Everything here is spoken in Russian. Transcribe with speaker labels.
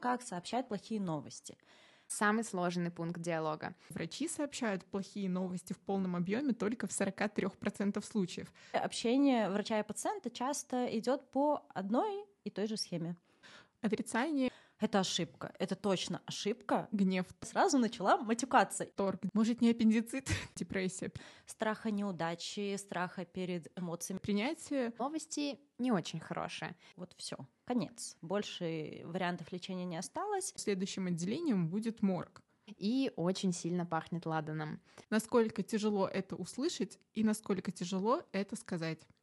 Speaker 1: как сообщать плохие новости.
Speaker 2: Самый сложный пункт диалога.
Speaker 3: Врачи сообщают плохие новости в полном объеме только в 43% случаев.
Speaker 1: Общение врача и пациента часто идет по одной и той же схеме.
Speaker 3: Отрицание,
Speaker 1: Это ошибка, это точно ошибка.
Speaker 3: гнев,
Speaker 1: Сразу начала матюкаться.
Speaker 3: торг. Может, не аппендицит, депрессия.
Speaker 1: Страха неудачи, страха перед эмоциями.
Speaker 3: Принятие
Speaker 2: Новости не очень хорошие.
Speaker 1: Вот все, конец. Больше вариантов лечения не осталось.
Speaker 3: следующим отделением будет морг.
Speaker 2: И очень сильно пахнет ладаном.
Speaker 3: Насколько тяжело это услышать и насколько тяжело это сказать.